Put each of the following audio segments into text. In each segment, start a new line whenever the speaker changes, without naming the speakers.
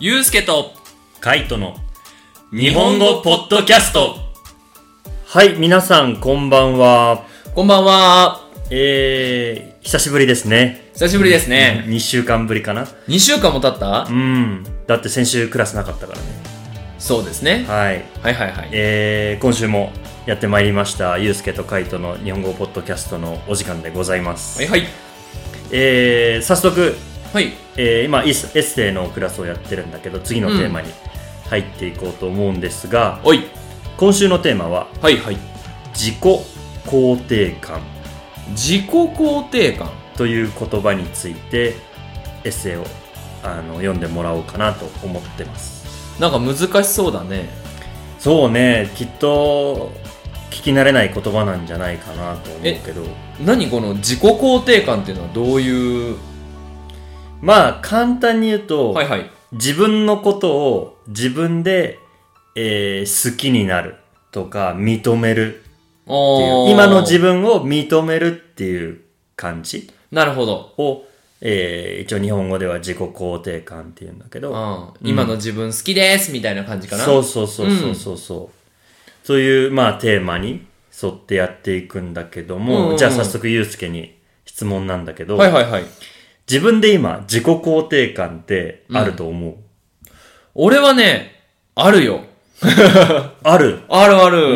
ゆうすけと
カイトの
日本語ポッドキャスト
はい皆さんこんばんは
こんばんは
えー、久しぶりですね
久しぶりですね、
2週間ぶりかな
2週間も経った
うんだって先週クラスなかったからね
そうですね
はい
はいはいはい
えー、今週もやってまいりましたゆうすけとカイトの日本語ポッドキャストのお時間でございます、
はいはい
えー、早速、
はい
えー、今エスエッセイのクラスをやってるんだけど次のテーマに入っていこうと思うんですが、
おい
今週のテーマは
はいはい
自己肯定感
自己肯定感
という言葉についてエッセイをあの読んでもらおうかなと思ってます
なんか難しそうだね
そうねきっと聞き慣れない言葉なんじゃないかなと思うけど
何この自己肯定感っていうのはどういう
まあ簡単に言うと、
はいはい
自分のことを自分で、えー好きになるとか認めるっていう今の自
分
分を認めるっていう感じ
なるほど、
を、えー一応日本語では自己肯定感っていうんだけど、
うん、今の自分好きですみたいな感じかな
そうそうそうそうそうそう、というまあテーマに沿ってやっていくんだけど
うん
も、
うんうん
じゃあ早速ゆうすけに質問なんだけど、
はいはいはい
自分で今自己肯定感ってあると思う、
俺はねあるよ
ある
あるある、
う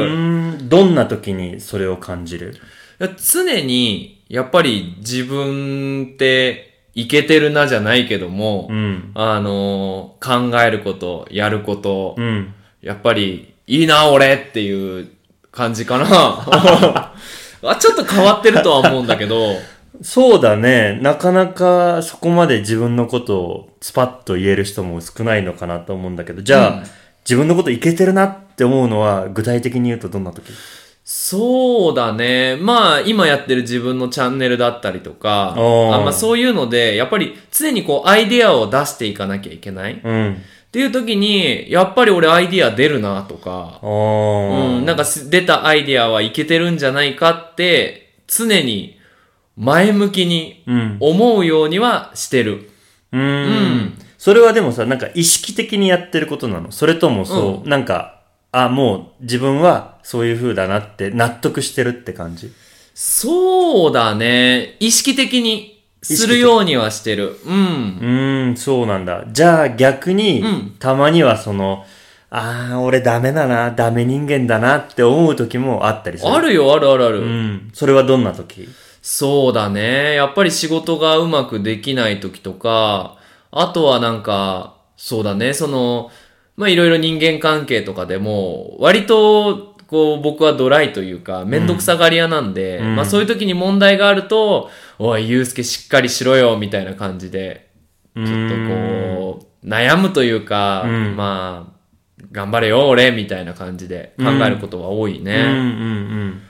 ーんどんな時にそれを感じる
いや常に、やっぱり自分って、いけてるなじゃないけども、
うん
あのー考えること、やること、
うん
やっぱり、いいな、俺っていう感じ かな。 あちょっと変わってるとは思うんだけど、
そうだね。なかなかそこまで自分のことをスパッと言える人も少ないのかなと思うんだけど、じゃあ、
うん
自分のこといけてるなって思うのは具体的に言うとどんな時
そうだね。まあ、今やってる自分のチャンネルだったりとか、
おー
あまあ、そういうので、やっぱり常にこう、アイディアを出していかなきゃいけない。っ
うん。
ていう時に、やっぱり俺アイディア出るなとか、
あー
うん、なんかす出たアイディアはいけてるんじゃないかって、常に前向きに
うん。
思うようにはしてる。
う。
うん
それはでもさ、なんか意識的にやってることなのそれともそう、なんか、あ、もう自分はそういう風だなって納得してるって感じ
そうだね。意識的にするようにはしてる。うん
う。ーん、そうなんだ。じゃあ逆に、
うん
たまにはその、ああ、俺ダメだな、ダメ人間だなって思う時もあったりする。
あるよ、あるあるある。
うん。それはどんな時
そうだね。やっぱり仕事がうまくできない時とか、あとはなんか、そうだね、その、まあ、いろいろ人間関係とかでも、割と、こう、僕はドライというか、めんどくさがり屋なんで、
うん
まあ、そういう時に問題があると、おい、ゆうすけしっかりしろよ、みたいな感じで、
ち
ちょ
ょ
っとこう、悩むというか、
うん
まあ、頑張れよ、俺、みたいな感じで考えることは多い
うんうんう
ね。
ん。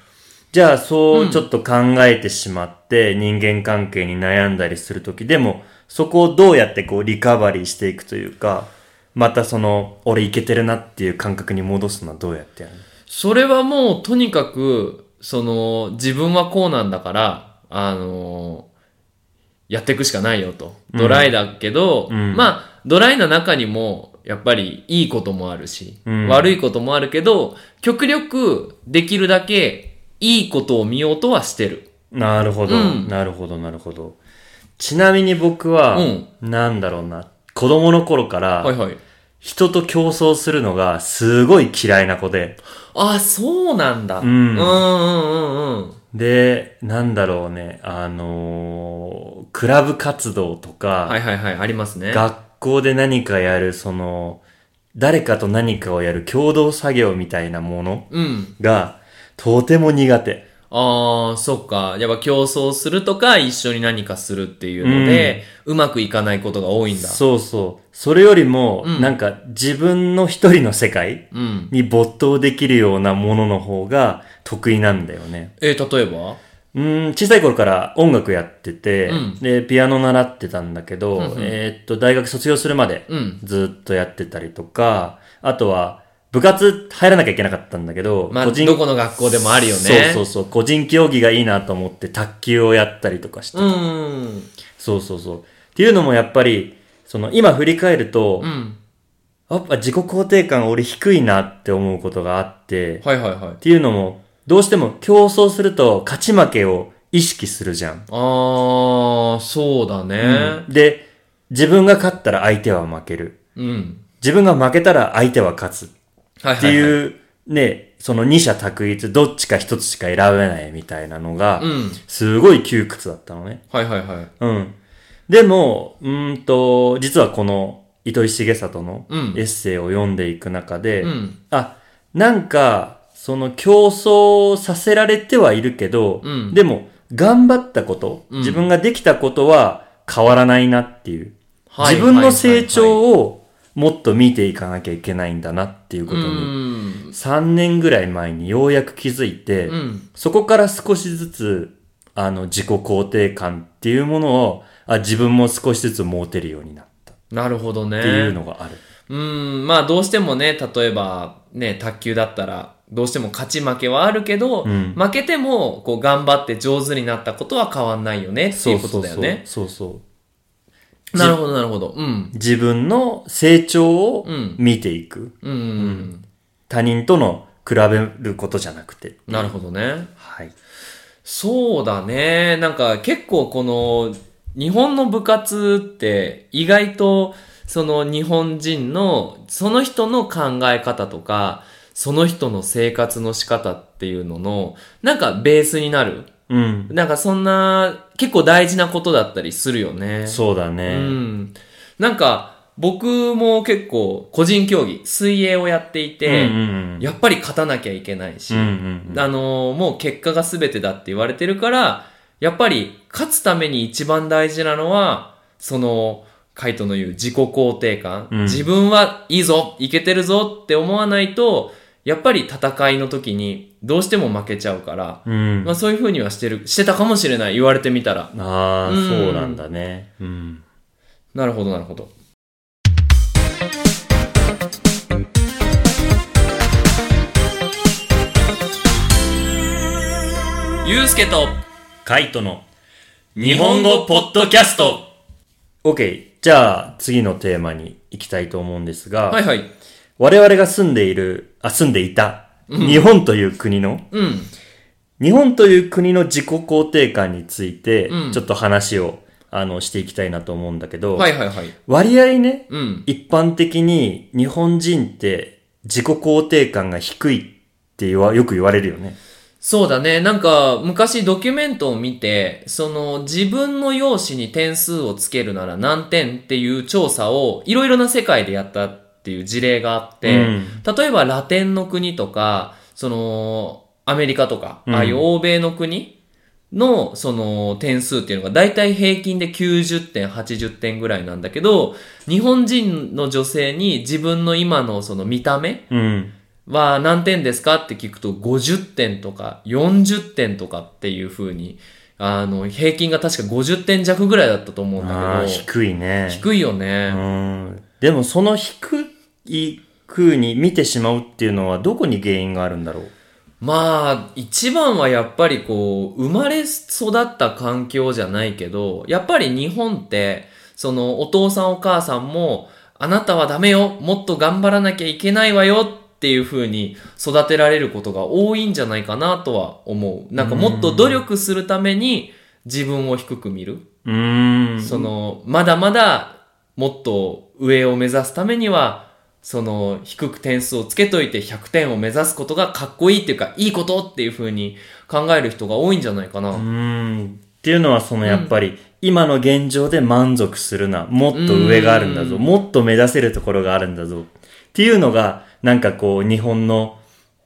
じゃあそううちょっと考えてしまって、人間関係に悩んだりする時でも、そこをどうやってこうリカバリーしていくというか、またその、俺いけてるなっていう感覚に戻すのはどうやってやるの
それはもうとにかく、その、自分はこうなんだから、あのやっていくしかないよと。
うん
ドライだけど、
うん
まあ、ドライな中にも、やっぱりいいこともあるし、
うん
悪いこともあるけど、極力できるだけいいことを見ようとはしてる。
なるほど、
うん
なるほど、なるほど。ちなみに僕は、
うん
なんだろうな、子供の頃から、
はいはい。
人と競争するのがすごい嫌いな子で、
あ、そうなんだ。
うん
うんうんうん
で、なんだろうね、あのークラブ活動とか、
はいはいはい、ありますね。
学校で何かやる、その、誰かと何かをやる共同作業みたいなもの
うん。
が、とても苦手。
ああ、そっか。やっぱ競争するとか、一緒に何かするっていうので、うまくいかないことが多いんだ。
そうそう。それよりも、
うん
なんか自分の一人の世界、
うん。
に没頭できるようなものの方が得意なんだよね。
えー、例えば
うん、小さい頃から音楽やってて、
うん
で、ピアノ習ってたんだけど、
うんうん
えーっと、大学卒業するまで
うん。
ずっとやってたりとか、あとは、部活入らなきゃいけなかったんだけど、
まあ、どこの学校でもあるよね。
そうそうそう、個人競技がいいなと思って卓球をやったりとかして、
うん。
そうそうそう。っていうのもやっぱり、その今振り返ると、
うん。
やっぱ自己肯定感俺低いなって思うことがあって、
はいはいはい
っ。ていうのも、どうしても競争すると勝ち負けを意識するじゃん。
あー、そうだね。
で、自分が勝ったら相手は負ける。
うん。
自分が負けたら相手は勝つ。
はいはい、はい。
っていう、ね、その二者択一、どっちか一つしか選べないみたいなのが、
うん。
すごい窮屈だったのね。
はいはいはい。
うん。でも、うーんと、実はこの糸井重里の
うん
エッセイを読んでいく中で、
うん。
あ、なんか、その競争させられてはいるけど、
うん
でも、頑張ったこと、
うん
自分ができたことは変わらないなっていう。
はい
自分の成
を、
長をもっと見ていかなきゃいけないんだなっていう
う
ことに、
ん。
3年ぐらい前にようやく気づいて、
うん。
そこから少しずつ、あの、自己肯定感っていうものを、あ、自分も少しずつ持てるようになったっ
なるほどね。
ていうのがある。
うん、まあどうしてもね、例えばね、卓球だったら、どうしても勝ち負けはあるけど、
うん
負けても、こう頑張って上手になったことは変わんないよね、っていうことだよね。
そうそう。う
なるほど、なるほど。うん。
自分の成長を
うん
見ていく。
うんうんうん。
他人との比べることじゃなくて。
なるほどね。
はい。
そうだね。なんか結構この日本の部活って意外とその日本人のその人の考え方とかその人の生活の仕方っていうののなんかベースになる。
うん。
なんかそんな結構大事なことだったりするよね。
そうだ
う
ね。
ん。なんか僕も結構個人競技、水泳をやってい
うん、
て、
うん。
やっぱり勝たなきゃいけないし、
うんうんうん。
あのーもう結果が全てだって言われてるから、やっぱり勝つために一番大事なのは、その、カイトの言う自己肯定感。
うん
自分はいいぞ、いけてるぞって思わないと、やっぱり戦いの時にどうしても負けちゃうから、
うん。
まあそういう風にはしてる、してたかもしれない、言われてみたら。
ああ、
うん
そうなんだね。うん。
なるほど、なるほど。ゆうすけと
カイトの
日
本語ポッドキャス
ト
OK。じゃあ、次のテーマに行きたいと思うんですが、
はいはい。
我々が住んでいる、あ、住んでいた、日本という国の、
うん。
日本という国の自己肯定感について
う、ん
ちょっと話を、あの、していきたいなと思うんだけど、
はいはいはい。
割合ね、
うん。
一般的に日本人って自己肯定感が低いって言わよく言われるよね。
そうだね。なんか、昔ドキュメントを見て、その、自分の容姿に点数をつけるなら何点っていう調査を、いろいろな世界でやったっていう事例があって、
うん
例えばラテンの国とか、その、アメリカとか、
うん
ああいう欧米の国の、その、点数っていうのが、だいたい平均で90点、80点ぐらいなんだけど、日本人の女性に自分の今のその見た目、
うん。
は何点ですかって聞くと50点とか40点とかっていう風に、あの、平均が確か50点弱ぐらいだったと思うん
あ
だ
あ、
けど、
低いね。
低いよ
う
ね。
ん。でもその低い風に見てしまうっていうのはどこに原因があるんだろう
まあ、一番はやっぱりこう、生まれ育った環境じゃないけど、やっぱり日本って、その、お父さんお母さんも、あなたはダメよ、もっと頑張らなきゃいけないわよっていう風に育てられることが多いんじゃないかなとは思う。なんかもっと努力するために自分を低く見る。
うーん。
その、まだまだもっと上を目指すためには、その、低く点数をつけといて100点を目指すことがかっこいいっていうか、いいことっていう風に考える人が多いんじゃないかな。
うーん。っていうのはそのやっぱり、今の現状で満足するな。もっと上があるんだぞ。
うん
もっと目指せるところがあるんだぞ。っていうのが、なんかこう、日本の、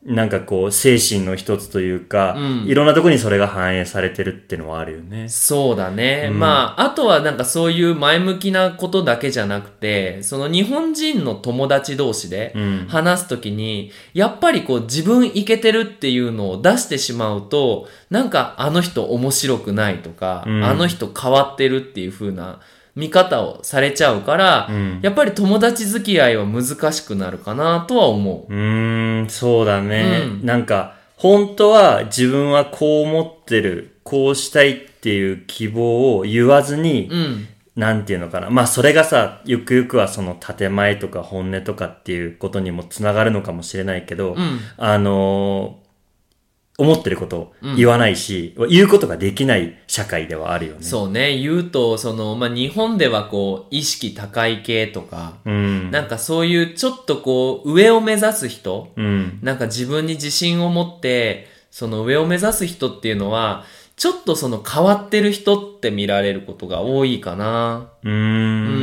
なんかこう、精神の一つというか、
うん
いろんなところにそれが反映されてるってのはあるよね。
そうだね。
うん
まあ、あとはなんかそういう前向きなことだけじゃなくて、その日本人の友達同士で
うん
話すときに、やっぱりこう自分イケてるっていうのを出してしまうと、なんかあの人面白くないとか、
うん
あの人変わってるっていう風な見方をされちゃうから、
うん。
やっぱり友達付き合いは難しくなるかなとは思
うーん、そうだね。
うん
なんか、本当は自分はこう思ってる、こうしたいっていう希望を言わずに、
う。うん。
なんていうのかな。まあそれがさ、ゆくゆくはその建前とか本音とかっていうことにもつながるのかもしれないけど、
ん
あのー思ってることを言わないし、言うことができない社会ではあるよね。
そうね、言うと、その、まあ、日本ではこう、意識高い系とか、
うん。
なんかそういうちょっとこう、上を目指す人、
うん。
なんか自分に自信を持って、その上を目指す人っていうのは、ちょっとその変わってる人って見られることが多いかな。
うーん。うん。う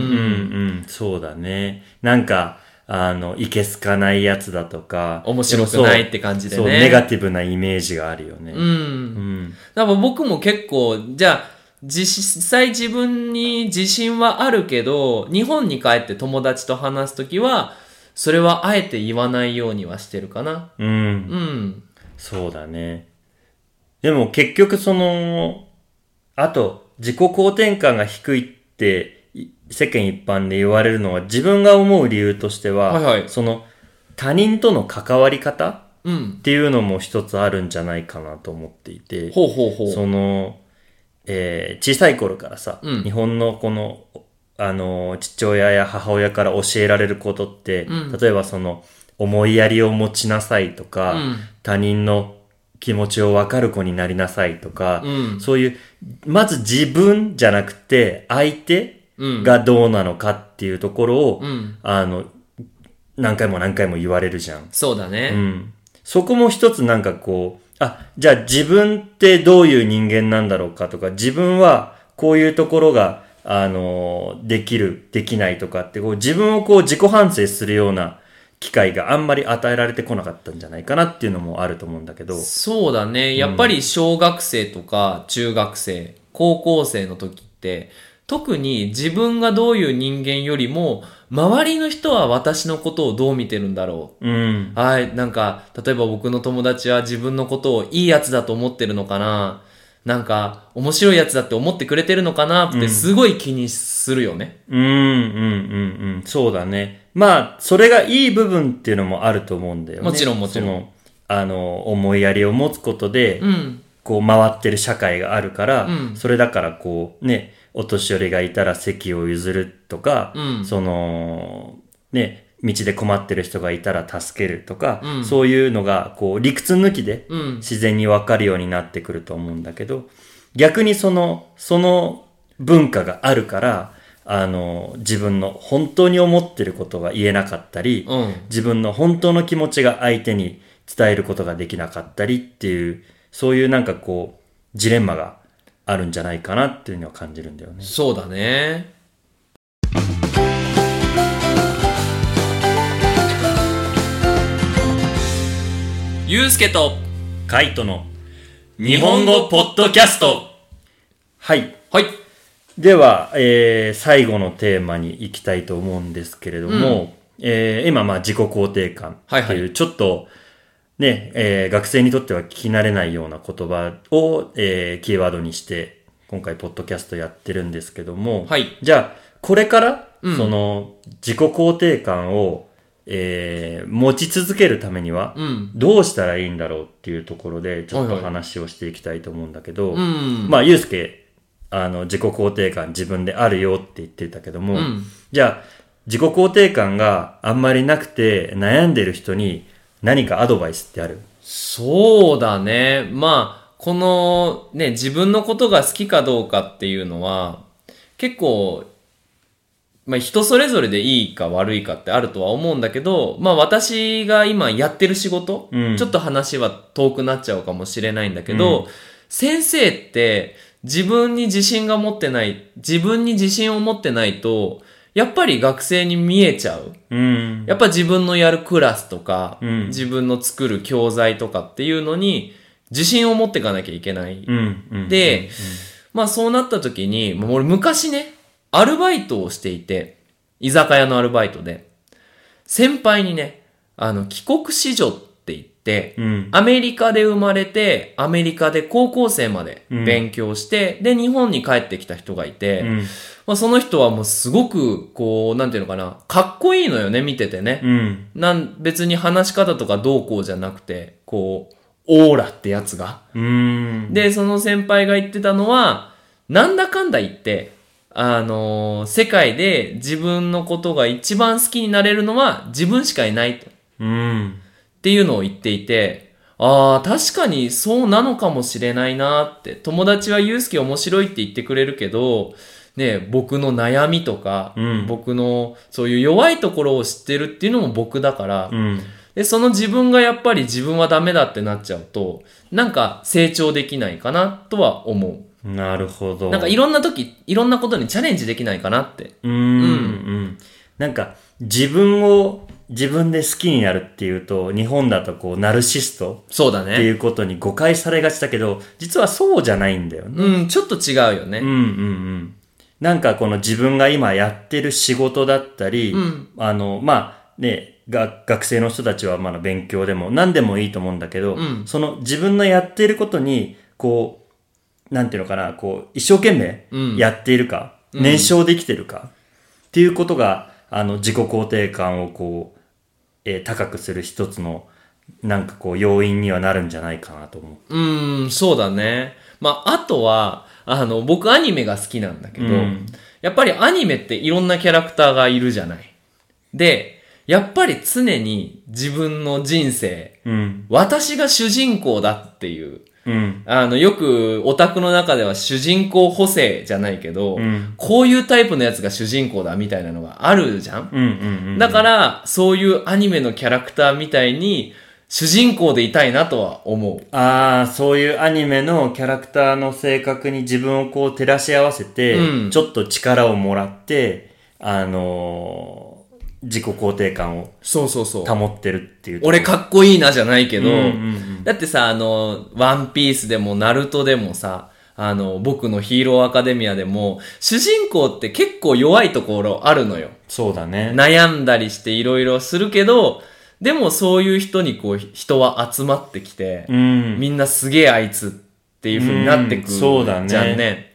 ん。そうだね。なんか、あの、いけすかないやつだとか。
面白くないってて感じでね。
そう、ネガティブなイメージがあるよね。
うん
う。ん。
だから僕も結構、じゃあ、実際自分に自信はあるけど、日本に帰って友達と話すときは、それはあえて言わないようにはしてるかな。
うん
うん。
そうだね。でも結局その、あと、自己肯定感が低いってい世間一般で言われるのは自分が思う理由としては、
はいはい
その他人との関わり方っ
うん。
ていうのも一つあるんじゃないかなと思っていて、
ほうほうほう。
その、えー小さい頃からさ、
うん
日本のこの、あの、父親や母親から教えられることって、
うん
例えばその、思いやりを持ちなさいとか、
うん
他人の気持ちを分かる子になりなさいとか、
うん
そういう、まず自分じゃなくて、相手
うん。
がどうなのかっていうところを、
うん。
あの、何回も何回も言われるじゃん。
そうだ
う
ね。
ん。そこも一つなんかこう、あ、じゃあ自分ってどういう人間なんだろうかとか、自分はこういうところが、あの、できる、できないとかって、こう自分をこう自己反省するような機会があんまり与えられてこなかったんじゃないかなっていうのもあると思うんだけど、
そうだね。やっぱり小学生とか中学生、高校生の時って、特に自分がどういう人間よりも、周りの人は私のことをどう見てるんだろう
うん。
はい、なんか、例えば僕の友達は自分のことをいいやつだと思ってるのかななんか、面白いやつだって思ってくれてるのかなってすごい気にするよね。
うん、うん、うん、うん。そうだね。まあ、それがいい部分っていうのもあると思うんだよね。
もちろんもちろん
その、あの、思いやりを持つことで、
うん。
こう回ってる社会があるから、
うん
それだからこうね、お年寄りがいたら席を譲るとか、
うん
その、ね、道で困ってる人がいたら助けるとか、
うん
そういうのがこう理屈抜きで
うん。
自然にわかるようになってくると思うんだけど、逆にその、その文化があるから、あの、自分の本当に思ってることが言えなかったり、
うん。
自分の本当の気持ちが相手に伝えることができなかったりっていう、そういうなんかこう、ジレンマがあるんじゃないかなっていうのは感じるんだよね。
そうだね。ゆうすけと、
カイトの
日本語ポッドキャスト。
はい。
はい。
では、えー最後のテーマに行きたいと思うんですけれども、えー今、まあ、自己肯定感って
はいはい
いう、ちょっと、ね、えー学生にとっては聞き慣れないような言葉を、えーキーワードにして、今回、ポッドキャストやってるんですけども、
はい
じゃあ、これから、
うん
その、自己肯定感を、えー持ち続けるためには、
うん。
どうしたらいいんだろうっていうところで、ちょっ
は
と
いはい
話をしていきたいと思うんだけど、
うん。
まあ、ゆうすけ、あの、自己肯定感自分であるよって言ってたけども、
うん
じゃあ、自己肯定感があんまりなくて悩んでる人に何かアドバイスってある
そうだね。まあ、このね、自分のことが好きかどうかっていうのは、結構、まあ人それぞれでいいか悪いかってあるとは思うんだけど、まあ私が今やってる仕事、
うん
ちょっと話は遠くなっちゃうかもしれないんだけど、先生って自分に自信が持ってない、自分に自信を持ってないと、やっぱり学生に見えちゃう。
うん。
やっぱ自分のやるクラスとか、
うん
自分の作る教材とかっていうのに自信を持っていかなきゃいけない。
うん。うん、
で、まあそうなった時に、もう俺昔ね、アルバイトをしていて、居酒屋のアルバイトで、先輩にね、あの、帰国子女って言って、
うん。
アメリカで生まれて、アメリカで高校生まで勉強して、で、日本に帰ってきた人がいて、
うん。
まあ、その人はもうすごく、こう、なんていうのかな、かっこいいのよね、見ててね。
うん。
なん、別に話し方とかどうこうじゃなくて、こう、オーラってやつが。
うん。
で、その先輩が言ってたのは、なんだかんだ言って、あのー世界で自分のことが一番好きになれるのは自分しかいないと。
うん。
っていうのを言っていて、ああ、確かにそうなのかもしれないなって。友達はユうスケ面白いって言ってくれるけど、ね、僕の悩みとか、
うん
僕のそういう弱いところを知ってるっていうのも僕だから、
うん。
で、その自分がやっぱり自分はダメだってなっちゃうと、なんか成長できないかなとは思
なるほど。
う。なんかいろんな時、いろんなことにチャレンジできないかなって。
うんうん。なんか、自分を自分で好きになるっていうと、日本だとこう、ナルシスト
そうだ
ってい
ね。
うことに誤解されがちだけど、実はそうじゃないんだよね。
うん、ちょっと違うよね。
うんうんうん。なんかこの自分が今やってる仕事だったり、
うん
あの、まあね、が学生の人たちはまだ勉強でも何でもいいと思うんだけど、
うん
その自分のやってることに、こう、なんていうのかな、こう、一生懸
うん
命やっているか、燃焼できてるか、っていうことが、あの、自己肯定感をこう、えー高くする一つの、なんかこう、要因にはなるんじゃないかなと思う。
うーん、そうだね。まあ、あとは、あの、僕アニメが好きなんだけど、
うん
やっぱりアニメっていろんなキャラクターがいるじゃない。で、やっぱり常に自分の人生、
うん。
私が主人公だっていう、
うん。
あの、よくオタクの中では主人公補正じゃないけど、
うん
こういうタイプのやつが主人公だみたいなのがあるじゃん
うんうんうん。
だから、そういうアニメのキャラクターみたいに、主人公でいたいなとは思う。
ああ、そういうアニメのキャラクターの性格に自分をこう照らし合わせて、
うん
ちょっと力をもらって、あのー自己肯定感を
そうそうそう。
保ってるっていう。
俺
っ
かっこいいなじゃないけど、
うんうん
だってさ、あの、ワンピースでもナルトでもさ、あの、僕のヒーローアカデミアでも、主人公って結構弱いところあるのよ。
そうだね。
悩んだりしていろいろするけど、でもそういう人にこう、人は集まってきて
う、ん。
みんなすげえあいつっていう風になってくる、
うんそうだね
じゃんね。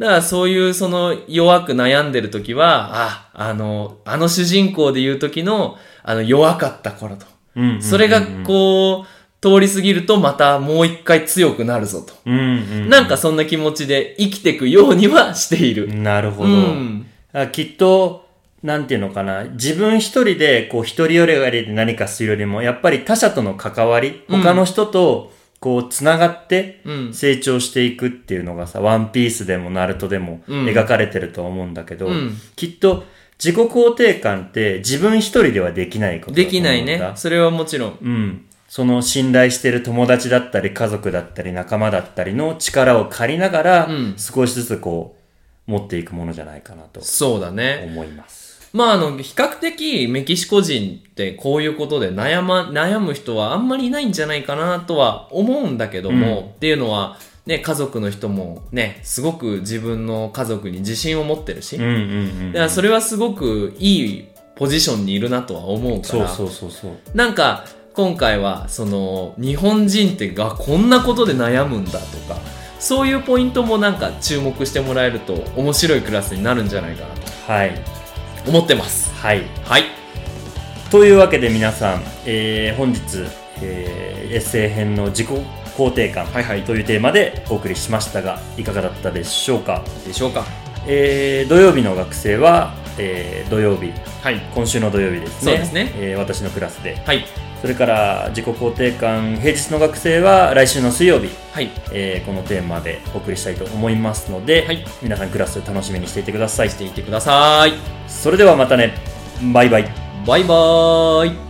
だからそういうその弱く悩んでる時は、あ、あの、あの主人公で言う時の、あの弱かった頃と。
うんうん
それがこう、通り過ぎるとまたもう一回強くなるぞと。
うんうん。
なんかそんな気持ちで生きてくようにはしている。
なるほ
う
ど。
ん。
あきっと、なんていうのかな、自分一人で、こう、一人よがりで何かするよりも、やっぱり他者との関わり、
うん
他の人と、こう、つながって
うん、
成長していくっていうのがさ、ワンピースでもナルトでも
うん
描かれてると思うんだけど、
うん
きっと、自己肯定感って自分一人ではできないこと
で
だと思う
き
んだ
ないね。それはもちろん。
うん。その信頼してる友達だったり家族だったり仲間だったりの力を借りながら、
うん
少しずつこう、持っていくものじゃないかなと
そうだね。
思います。
まああの、比較的メキシコ人ってこういうことで悩ま、悩む人はあんまりいないんじゃないかなとは思うんだけども、っていうのは、ね、家族の人もね、すごく自分の家族に自信を持ってるし、
うん
だ
うんうん。
からそれはすごくいいポジションにいるなとは思うか
そう
ら、
そうそうそう。
なんか今回はその日本人ってがこんなことで悩むんだとかそういうポイントもなんか注目してもらえると面白いクラスになるんじゃないかなと
はい。
思ってます
はい。
はい
というわけで皆さん、えー本日、えー、エッセイ編の自己肯定感
はいはい
というテーマでお送りしましたが、いかがだったでしょうか。
でしょうか
えー土曜日の学生は、えー土曜日、
はい
今週の土曜日ですね。
そうですね
えー私のクラスで。
はい
それから、自己肯定感、平日の学生は来週の水曜日、
はい
えーこのテーマでお送りしたいと思いますので、
はい
皆さんクラス楽しみにしていてください。
していてください
それではまたね。バイバイ。
バイバーイ